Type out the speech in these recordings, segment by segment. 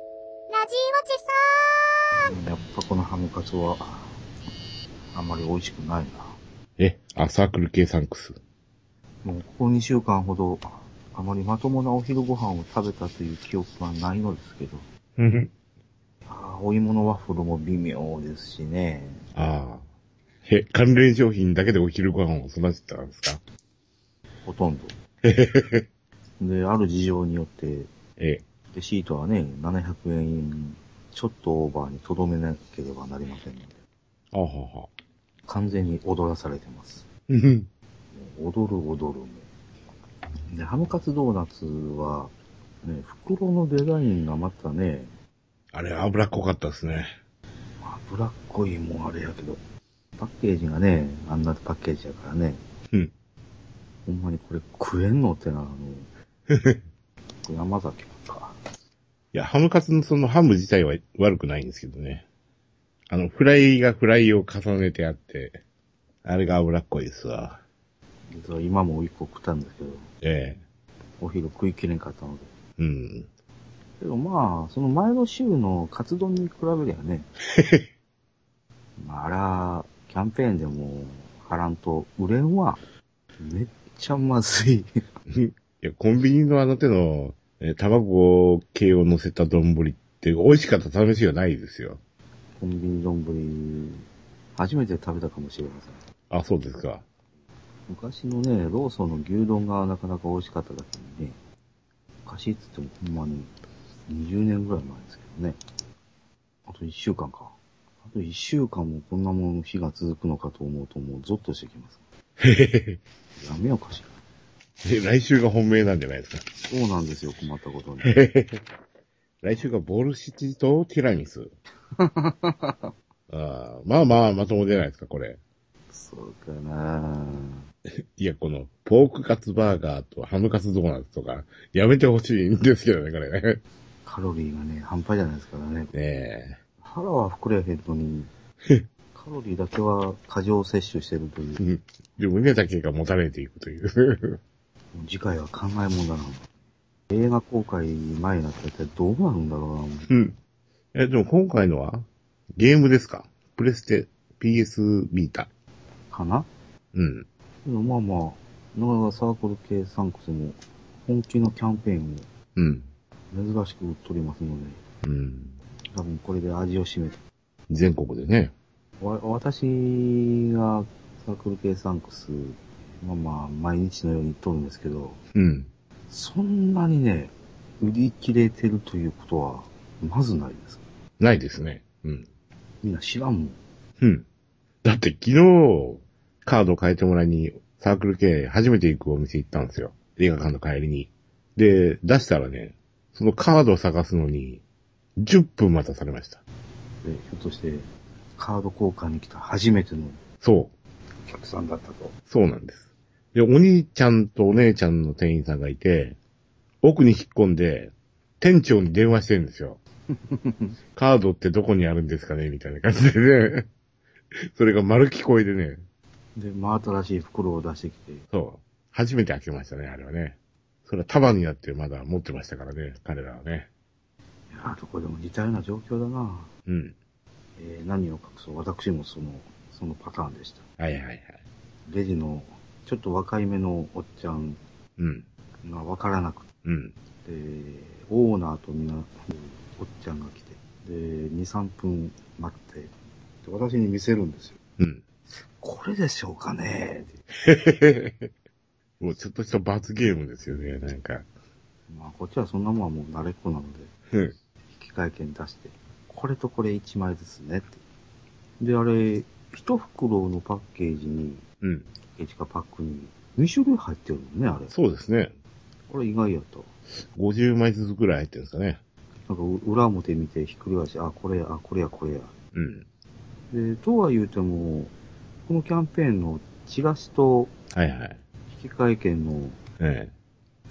じおじさーん。やっぱこのハムカツは、あんまり美味しくないえ、あ、サークル系サンクス。な。もうここ2週間ほど、あまりまともなお昼ご飯を食べたという記憶がないのですけど、うん。あーお芋のワッフルも微妙ですしね。ああ。え、関連商品だけでお昼ご飯を育てたんですかほとんど。で、ある事情によって、え、レシートはね、700円ちょっとオーバーにとどめなければなりませんので、あはは。完全に踊らされてます。うん。もう踊る踊るもうで、ハムカツドーナツは、ね、袋のデザインがまたね、あれ、脂っこかったですね。まあ、ブラックいもんあれやけど、パッケージがね、あんなパッケージやからね。うん。ほんまにこれ食えんのってな、あの、これ山崎か。いや、ハムカツのそのハム自体は悪くないんですけどね。あの、フライがフライを重ねてあって、あれが脂っこいですわ。実は今も一個食ったんですけど、えお昼食いきれんかったので。え。うん。けどまあ、その前の週のカツ丼に比べりゃね。まあ、あら、キャンペーンでも、貼らんと、売れんわ。めっちゃまずい。いや、コンビニのあの手の、え卵系を乗せた丼って美味しかった試しがないですよ。コンビニ丼、初めて食べたかもしれません。あ、そうですか。昔のね、ローソンの牛丼がなかなか美味しかっただけにね、昔っつってもほんまに20年ぐらい前ですけどね。あと1週間か。あと1週間もこんなもの日が続くのかと思うともうゾッとしてきます。へへやめようかしら。へ。来週が本命なんじゃないですか。そうなんですよ、困ったことに。来週がボルシチとティラミス。あーまあまあ、まともじゃないですか、これ。そうかないや、この、ポークカツバーガーとハムカツドーナツとか、やめてほしいんですけどね、これね。ねカロリーがね、半端じゃないですからね。え。腹は膨れへんのに、カロリーだけは過剰摂取してるというう。んで、胸だけがもたれていくという。次回は考えもんだな。映画公開前になったら一体どうなるんだろううん。え、でも今回のは、ゲームですかプレステ、PS ビータ。な、かなうん。けどまあまあ、なかなかサークル系サンクスも本気のキャンペーンうん。を珍しく売っとりますので、うん。多分これで味を占めて。全国でね。わ私がサークル系サンクス、まあまあ、毎日のように行っとるんですけど、うん。そんなにね、売り切れてるということは、まずないです。ないですね。うん。みんな知らんもん。うん。だって昨日、カード変えてもらいに、サークル系初めて行くお店行ったんですよ。映画館の帰りに。で、出したらね、そのカードを探すのに、10分待たされました。でひょっとして、カード交換に来た初めてのそお客さんだったと。う。そうなんです。で、お兄ちゃんとお姉ちゃんの店員さんがいて、奥に引っ込んで、店長に電話してるんですよ。カードってどこにあるんですかねみたいな感じでね。それが丸聞こえでね。で、真新しい袋を出してきて、そう。初めて開けましたね、あれはね。それは束になってまだ持ってましたからね、彼らはね。いやーどこでも似たような状況だなうん。えー何を隠そう、私もその、そのパターンでした。はいはいはい。レジの、ちょっと若い目のおっちゃんうん。がわからなくうん。て、オーナーとみんな、うんおっちゃんが来て、で、2、3分待って、で私に見せるんですよ。うん。 これでしょうかねってもうちょっとした罰ゲームですよね、なんか。まあ、こっちはそんなもんはもう慣れっこなので、うん。引換券出して、これとこれ1枚ずつねって。で、あれ、一袋のパッケージに、うん。パッケージかパックに、2種類入ってるのね、あれ。そうですね。これ意外やと。 50枚ずつぐらい入ってるんですかね。なんかう、裏表見てひっくり返し、あ、これや、あ、これや、これや。うん。で、とは言うても、このキャンペーンのチラシとはいはい。引換券の、え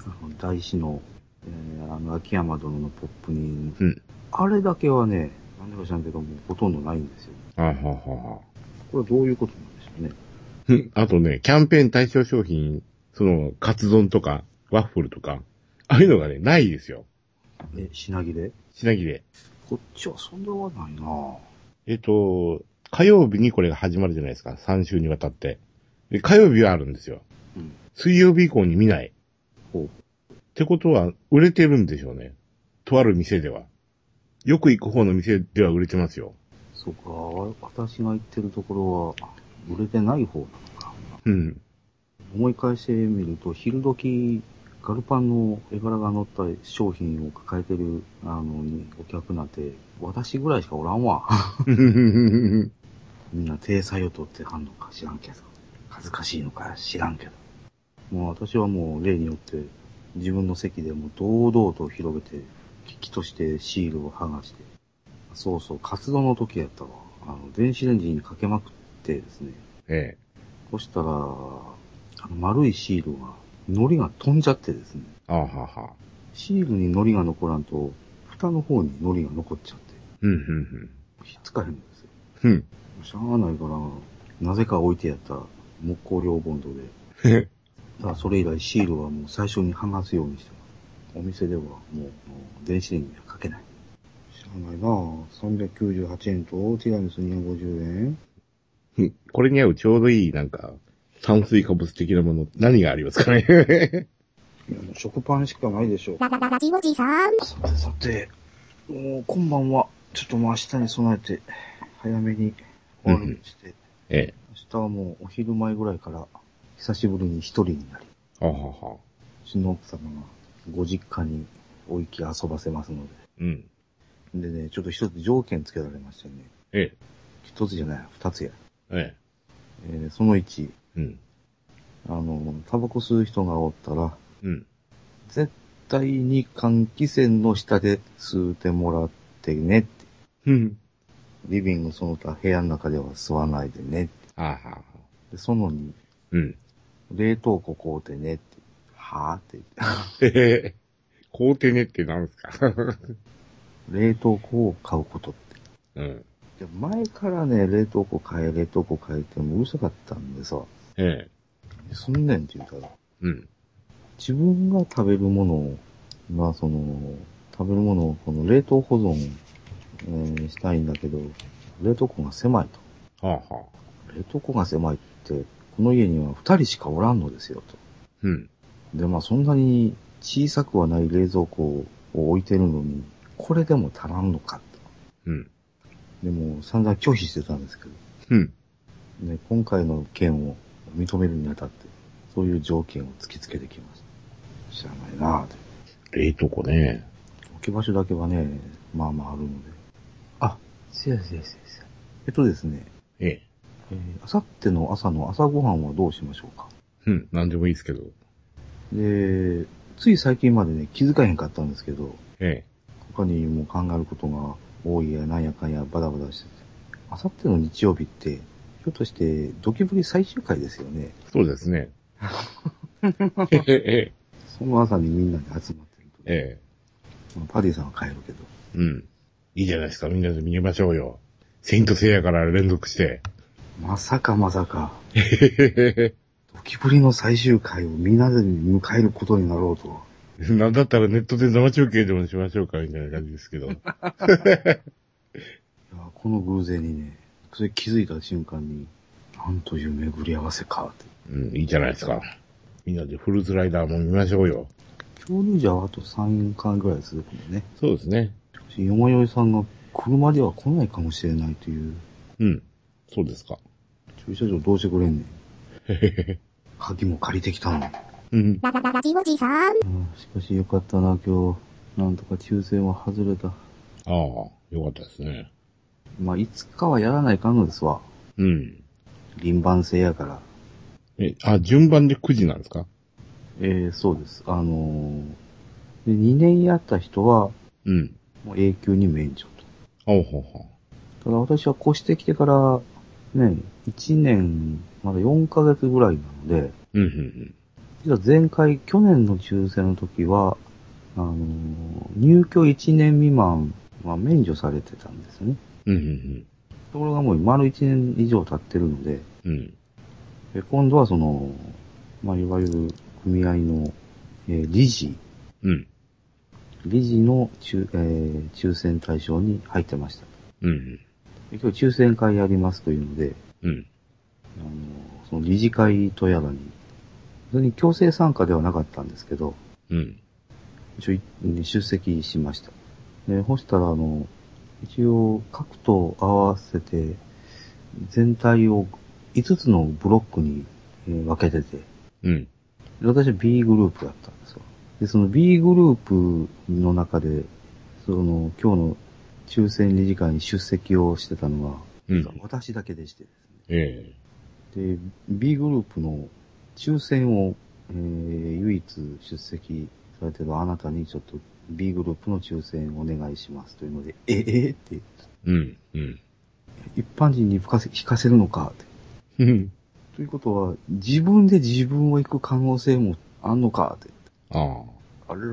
あの、台紙の、えーあの、秋山殿のポップに、え。うん。あれだけはね、なんでか知らんけど、もうほとんどないんですよ。あははは。これはどういうことなんでしょうね。うんあとね、キャンペーン対象商品、その、カツ丼とか、ワッフルとか、ああいうのがね、ないですよ。え、品切れ品切れ。こっちはそんなはないなぁ。えっと、火曜日にこれが始まるじゃないですか。3週にわたって。で火曜日はあるんですよ。うん。水曜日以降に見ない。ほう。ってことは、売れてるんでしょうね。とある店では。よく行く方の店では売れてますよ。そうか、わ私が行ってるところは、売れてない方なのか。 うん。 思い返してみると、昼時、ガルパンの絵柄が載った商品を抱えてる、あの、お客なんて、私ぐらいしかおらんわ。みんな体裁を取ってはんのか知らんけど。恥ずかしいのか知らんけど。もう私はもう例によって、自分の席でも堂々と広げて、危機としてシールを剥がして。そうそう、活動の時やったわ。あの、電子レンジにかけまくってですね。ええ。そしたら、あの丸いシールが、糊が飛んじゃってですね。ああはあはあ。シールに糊が残らんと、蓋の方に糊が残っちゃって、うん、うん、ひっつかへんのですよ。うん。うん。しゃあないから、なぜか置いてやった木工両ボンドで、 だからそれ以来シールはもう最初に剥がすようにしてます。お店ではもう、もう電子レンジにはかけない。しゃあないなぁ。398円と、ティラミス250円。うんこれに合うちょうどいい、なんか、炭水化物的なもの、何がありますかね。 いや、もう食パンしかないでしょう。ララララジオジさん。さてさて、もう今晩は、ちょっともう明日に備えて、早めに終わるようにして、ええ。明日はもうお昼前ぐらいから、久しぶりに一人になり、ああはあはあ。うちの奥様がご実家にお行き遊ばせますのうん。で。でね、ちょっと一つ条件つけられましたね。ええ。一つじゃない、二つや。ええーその一、え。うん。あの、タバコ吸う人がおったら、うん。絶対に換気扇の下で吸うてもらってねって。うん。リビングその他部屋の中では吸わないでねって。ああはあはあ。で、そのに、 うん。冷凍庫買うてねって。はぁって言って。へへ。買うてねってなんですか冷凍庫を買うことって。うん。で前からね、冷凍庫買え、冷凍庫買えってもうるさかったんでさ、ええ。すんねんって言ったら、うん。自分が食べるものを、まあその、食べるものをこの冷凍保存、えーしたいんだけど、冷凍庫が狭いと。はあはあ。冷凍庫が狭いって、この家には二人しかおらんのですよと。うん。で、まあそんなに小さくはない冷蔵庫を置いてるのに、これでも足らんのかうん。と。でも散々拒否してたんですけど、うん。ね、今回の件を認めるにあたって、そういう条件を突きつけてきました。知らないなぁと。冷凍庫ね。置き場所だけはね、まあまああるので。あ、せやせやせやせや。えっとですね、ええ。えあさっての朝の朝ごはんはどうしましょうか。うん。なんでもいいですけど。で、つい最近までね、気づかへんかったんですけど、え他にも考えることが多いやなんやかんやバタバタしてて、あさっての日曜日って、ひょっとしてドキブリ最終回ですよね。え。そうです ね。ええ。えその朝にみんなで集まってると。え。えまあパディさんは帰るけど。え。うん。いいじゃないですか。みんなで見ましょうよ。セイントセイヤから連続して。 まさかまさか、ええ。ドキブリの最終回をみんなで迎えることになろうとは。なんだったらネットで生中継でもしましょうか、みたいな感じです けど。いやこの偶然にね、それ気づいた瞬間に、なんという巡り合わせかって。うん、いいじゃないですか。みんなでフルスライダーも見ましょうよ。恐竜じゃあと3回ぐらい続くのね。そうですね。しかし山よいさんが車では来ないかもしれないという、うん。そうですか。駐車場どうしてくれんねん。へへへ。鍵も借りてきたのに。うん。ララララジオジさん。ああしかしよかったな、今日。なんとか抽選は外れた。ああ、よかったですね。まあ、いつかはやらないかんのですわ。うん。輪番制やから。え、あ、順番で9時なんですかええそうです。あのーで、2年やった人は、うん。もう永久に免除と。あおほほ。ただ私は越してきてから、ね、1年、まだ4ヶ月ぐらいなので、うん、うん、実は前回、去年の抽選の時は、あのー入居1年未満は免除されてたんですね。うん。うん、うん、ところがもう丸1年以上経ってるので、うん。うん。え今度はその、まあ、いわゆる組合の、えー理事うん。理事の抽、えー抽選対象に入ってました。うん。で今日抽選会やりますというので、うん。あの、その理事会とやらに、別に強制参加ではなかったんですけど、うん。一応い出席しました。で、そしたら、あの、一応、各党合わせて、全体を5つのブロックにえー分けてて、うん。で私は B グループだったんですよ。で、その B グループの中で、その、今日の抽選理事会に出席をしてたのは、うん。私だけでして、えで、B グループの抽選を、えー、唯一出席されてるあなたにちょっと B グループの抽選お願いしますというので、えええって、えうん。うん。一般人に吹かせ、引かせるのかって。うん。ということは、自分で自分を行く可能性もあんのかって。ああ。あらー、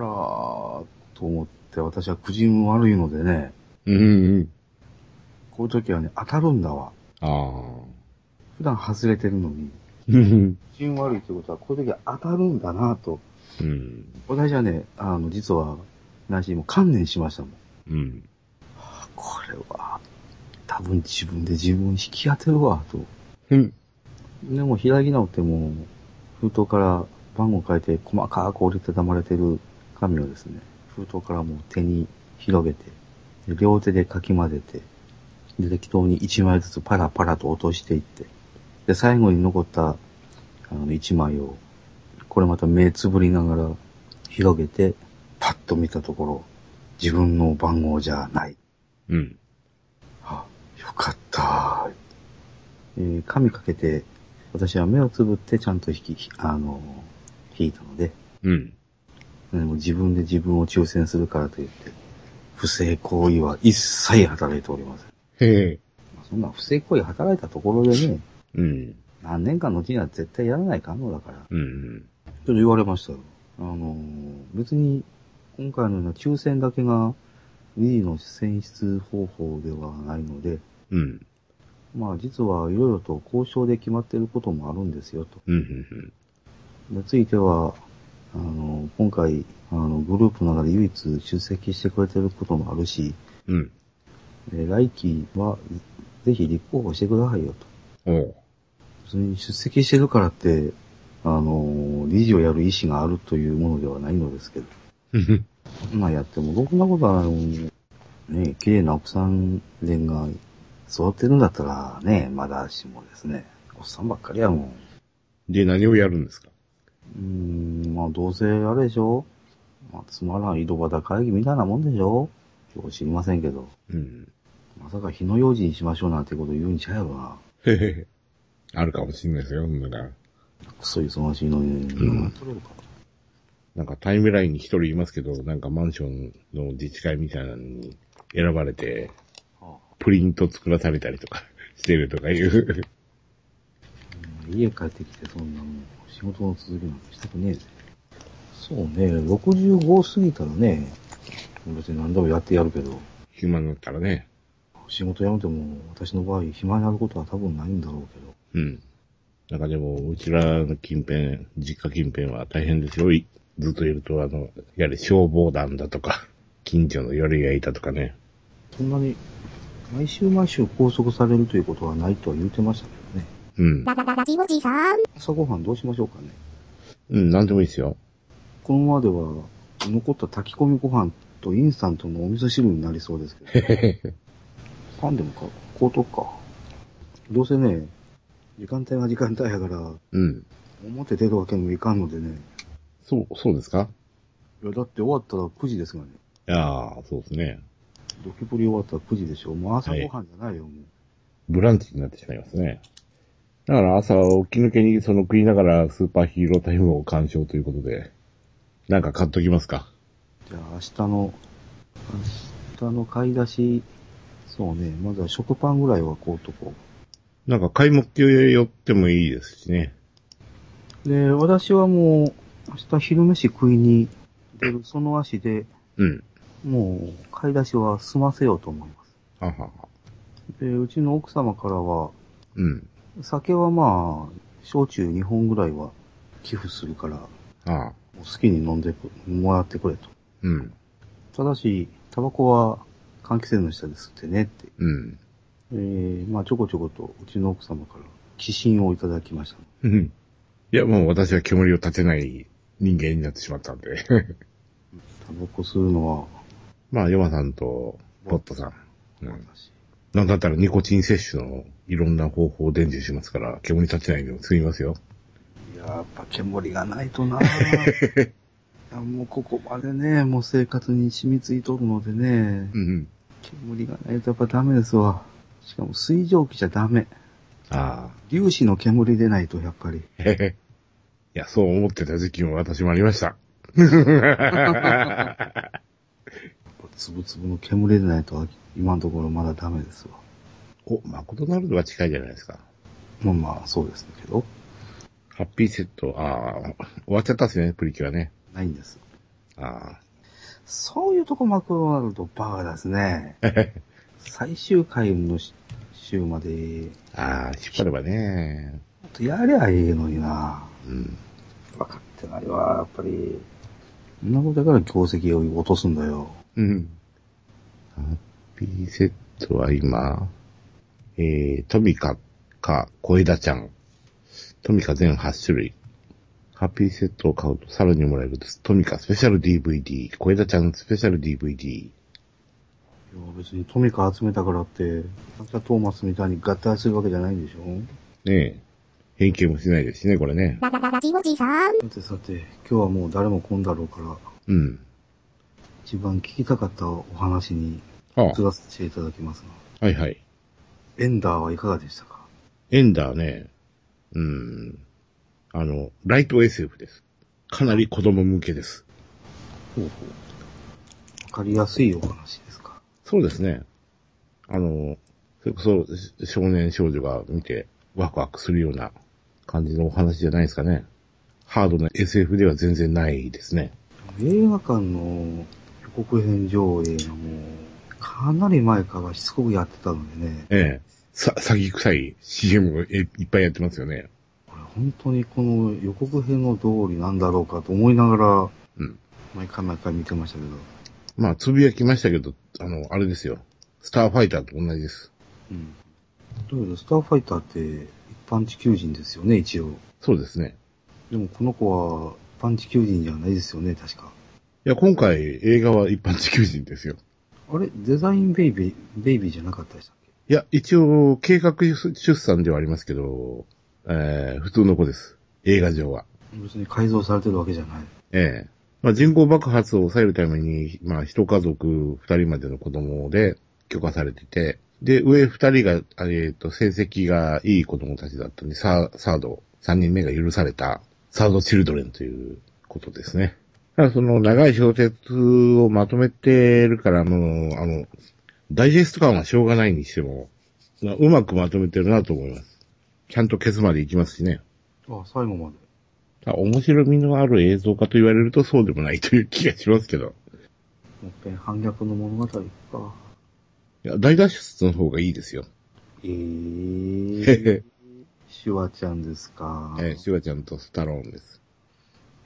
と思って私はくじ運悪いのでね、うんうん。こういう時はね、当たるんだわ。ああ。普段外れてるのに、うん。くじ運悪いってことは、こういう時は当たるんだなとうん。私はね、あの、実は、内心もう観念しましたもん。うん。これは、多分自分で自分を引き当てるわ、と。うん。でも、開き直っても、封筒から番号変えて、細かく折りたたまれてる紙をですね、封筒からもう手に広げて、で両手でかき混ぜて、で、適当に1枚ずつパラパラと落としていって、で、最後に残った、あの、1枚を、これまた目つぶりながら広げて、パッと見たところ、自分の番号じゃない。うん。あ、よかった。えー、神かけて、私は目をつぶってちゃんと引き、ひあのー、引いたので、うん。でも自分で自分を抽選するからといって、不正行為は一切働いておりません。へえ。まあそんな不正行為働いたところでね、うん。何年間のうちには絶対やらないかんのだから、ちょうん。っと言われましたよ。あのー、別に、今回のような抽選だけが、2位の選出方法ではないので、うん。まあ実はいろいろと交渉で決まっていることもあるんですよと。うん。については、あの、今回、あの、グループの中で唯一出席してくれてることもあるし、うん。えー来期はぜひ立候補してくださいよと。おう。別に出席してるからって、あの、理事をやる意思があるというものではないのですけど、うん。まあやってもろくなことはないのに、ね、綺麗な奥さん連が育ってるんだったらね、まだしもですね、おっさんばっかりやもん。で、何をやるんですかうーん、まあどうせあれでしょまあつまらん井戸端会議みたいなもんでしょよく知りませんけど。うん。まさか火の用心にしましょうなんてこと言うんちゃうやろな。へへへ。 あるかもしれないですよ、そんなのクソ忙しいのに。うん取れるかなんかタイムラインに一人いますけど、なんかマンションの自治会みたいなのに選ばれて、はあプリント作らされたりとか してるとかいう。 うん家帰ってきてそんなもう仕事の続きなんてしたくねえぜ。そうね、65過ぎたらね、別に何でもやってやるけど、暇になったらね。仕事辞めても私の場合暇になることは多分ないんだろうけど。うん。なんかでも、うちらの近辺、実家近辺は大変ですよ。いずっといると、あの、やはり消防団だとか、近所の夜がいたとかね。そんなに、毎週毎週拘束されるということはないとは言うてましたけどね。うん。ララララジオジさん朝ごはんどうしましょうかね。うん、なんでもいいですよ。このままでは、残った炊き込みご飯とインスタントのお味噌汁になりそうですけど。 パンでもか、こうとくか。どうせね、時間帯が時間帯やから、うん。表出るわけにもいかんのでね。そう、そうですかいや、だって終わったら9時ですがね。ああ、そうですね。ドキプリ終わったら9時でしょ。もう朝ごはんじゃないよ、もう。ブランチになってしまいますね。だから朝起き抜けにその食いながらスーパーヒーロータイムを鑑賞ということで、なんか買っときますか。じゃあ明日の、明日の買い出し、そうね、まずは食パンぐらいはこうとこなんか買い物って寄ってもいいですしね。う。で、私はもう、明日昼飯食いに出るその足で、うん。もう、買い出しは済ませようと思います。ははは。で、うちの奥様からは、うん。酒はまあ、焼酎2本ぐらいは寄付するから、もああ。う好きに飲んでくもらってくれと。うん。ただし、タバコは換気扇の下で吸ってねって。うん。えー、まあちょこちょこと、うちの奥様から指針をいただきました。うん。いや、もう私は煙を立てない人間になってしまったん で。タバコ吸うのは、まあ、ヨマさんと、ポットさん。うん。私、なんだったらニコチン摂取のいろんな方法を伝授しますから、煙立てないんでも済みますよ。やっぱ煙がないとないやもうここまでね、もう生活に染みついとるのでね、うんうん。煙がないとやっぱダメですわ。しかも水蒸気じゃダメ。あ粒子の煙でないとやっぱり。あ。へへ。 いや、そう思ってた時期も私もありました。つぶつぶの煙でないと今のところまだダメですわ。お、マクドナルドは近いじゃないですか。まあまあ、そうですけど、ハッピーセット、ああ、終わっちゃったっすね、プリキュアね。ないんです。あそういうとこマクドナルドバカですね。あ。最終回のし週まで、ああ、引っ張ればね。あとやりゃええのにな。うん。分かってないわ、やっぱり。そんなことだから業績を落とすんだよ。うん。ハッピーセットは今、えー、トミカか、小枝ちゃん。トミカ全8種類。ハッピーセットを買うとさらにもらえるです。トミカスペシャル DVD、小枝ちゃんスペシャル DVD。いや別にトミカ集めたからって、サンタトーマスみたいに合体するわけじゃないんでしょねえ。変形もしないですしね、これね。ララララジオジさんさてさて、今日はもう誰も来んだろうから、うん。一番聞きたかったお話にあ移らせていただきますが、あ、はいはい。エンダーはいかがでしたかエンダーね、うん。あの、ライト SF です。かなり子供向けです。ほうほう。わかりやすいお話ですか。そうですね。あの、それこそし少年少女が見てワクワクするような感じのお話じゃないですかね。ハードな SF では全然ないですね。映画館の予告編上映がもう、かなり前からしつこくやってたのでね、ええ。さ、詐欺臭い CM をえいっぱいやってますよね。これ本当にこの予告編の通りなんだろうかと思いながうらん、毎回毎回見てましたけど、まあ、つぶやきましたけど、あの、あれですよ。スターファイターと同じです。うん。だけど、スターファイターって一般地球人ですよね、一応。そうですね。でもこの子は一般地球人じゃないですよね、確か。いや、今回映画は一般地球人ですよ。あれデザインベイビー、ベイビーじゃなかったでしたっけいや、一応、計画出産ではありますけど、えー、普通の子です。映画上は。別に改造されてるわけじゃない。ええ。まあ、人口爆発を抑えるために、まあ、一家族二人までの子供で許可されてて、で、上二人が、あえっと、成績がいい子供たちだったんで、サーサード、三人目が許された、サードチルドレンということですね。ただその長い小説をまとめてるから、もう、あの、ダイジェスト感はしょうがないにしても、まあうまくまとめてるなと思います。ちゃんと消すまでいきますしね。あ、最後まで。あ面白みのある映像化と言われるとそうでもないという気がしますけど。もっぺん反逆の物語か。いや、大脱出の方がいいですよ。え へー、へ。 シュワちゃんですか。え、シュワちゃんとスタローンです。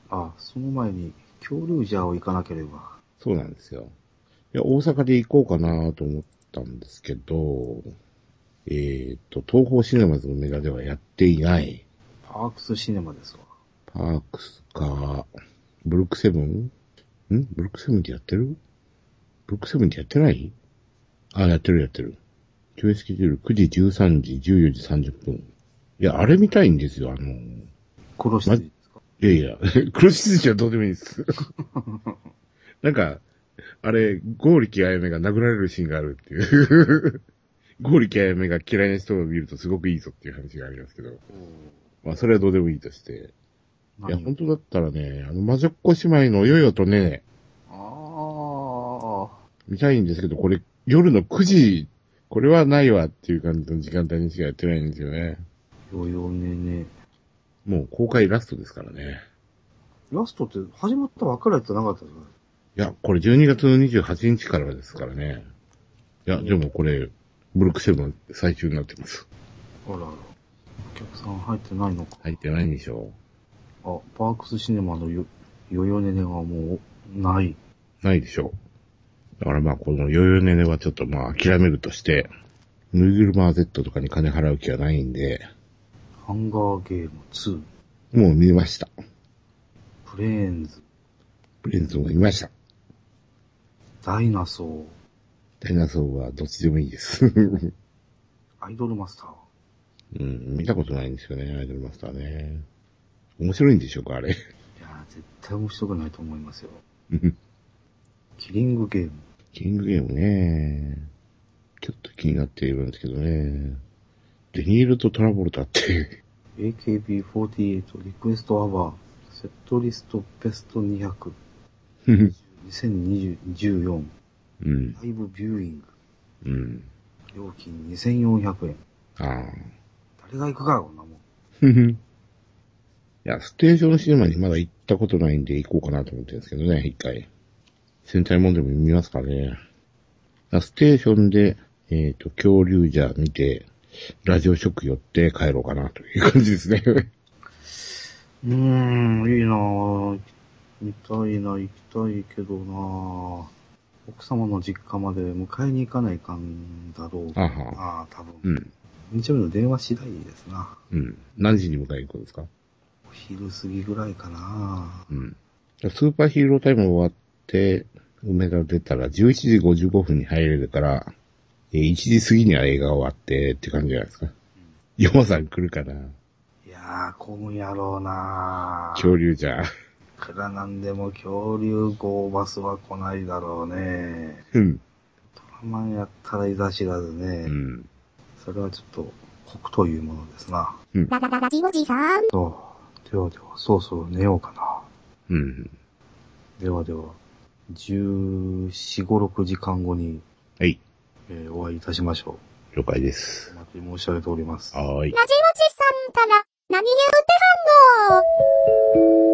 あ、その前に、恐竜ジャーを行かなければ。そうなんですよ。いや、大阪で行こうかなと思ったんですけど、えっ、と、東方シネマズのメガではやっていない。パークスシネマですわ。パークスか、ブルックセブンんブルックセブンってやってるブルックセブンってやってないあ、やってるやってる。教室スケジュール9時13時、14時30分。いや、あれ見たいんですよ、あの、い殺していいですかやいや、 黒執事はどうでもいいです。 なんか、あれ、ゴーリキあやめが殴られるシーンがあるっていう。 ゴーリキあやめが嫌いな人を見るとすごくいいぞっていう話がありますけど。まあ、それはどうでもいいとして。いや、何本当だったらね、あの、魔女っ子姉妹のヨヨとね、あ見たいんですけど、これ、夜の9時、これはないわっていう感じの時間帯にしかやってないんですよね。あ、よよねね。もう公開ラストですからね。ラストって始まったばっかりやってなかったですかいや、これ12月の28日からですからね。いや、でもこれ、ブルックセブン最終になってます。あらあら。お客さん入ってないのか。入ってないんでしょあ、パークスシネマのよ、よよねねはもう、ない。うないでしょだからまあこのヨーヨーネネはちょっとまあ諦めるとして、ぬいぐるま Z とかに金払う気はないんで、ハンガーゲーム2、もう見ました。プレーンズ、プリンズも見ました。ダイナソー、ダイナソーはどっちでもいい です。アイドルマスター。うん、見たことないんですよね、アイドルマスターね。面白いんでしょうか、あれ。 いやー、絶対面白くないと思いますよ。うんキリングゲーム、キングゲームね。ちょっと気になっているんですけどね。デニールとトラボルタって、 AKB48 リクエストアワー、セットリストベスト200、うん2014、うん、ライブビューイング、うん。料金2400円。ああ。誰が行くかよ、こんなもん。ふふ いや、ステーションシネマにまだ行ったことないんで行こうかなと思ってるんですけどね、一回。戦隊もんでも見ますかね。あステーションで、えっ、と、恐竜じゃ見て、ラジオショック寄って帰ろうかなという感じですね。 うーん、いいなぁ。見たいな、行きたいけどなぁ。奥様の実家まで迎えに行かないかんだろうあなは。ぁ、多う分。ん。日曜日の電話次第ですな。うん。何時に迎えに行くんですかお昼過ぎぐらいかなうん。スーパーヒーロータイム終わって、梅田出たら11時55分に入れるから、えー1時過ぎには映画終わってって感じじゃないですか。ヨマさん来るかなぁ。いやぁ、混むやろうなぁ。恐竜じゃん。いくらなんでも恐竜号バスは来ないだろうね。うん。トラマンやったらいざ知らずね。うん。それはちょっと、酷というものですな。ララララジオジさん。そう。ではでは、そろそろ寝ようかな。うん。ではでは、14、5、6時間後に、はい。えーお会いいたしましょ了解でう。すお。待ち申し上げております。はーラジオい。ジさんから何言うてはんの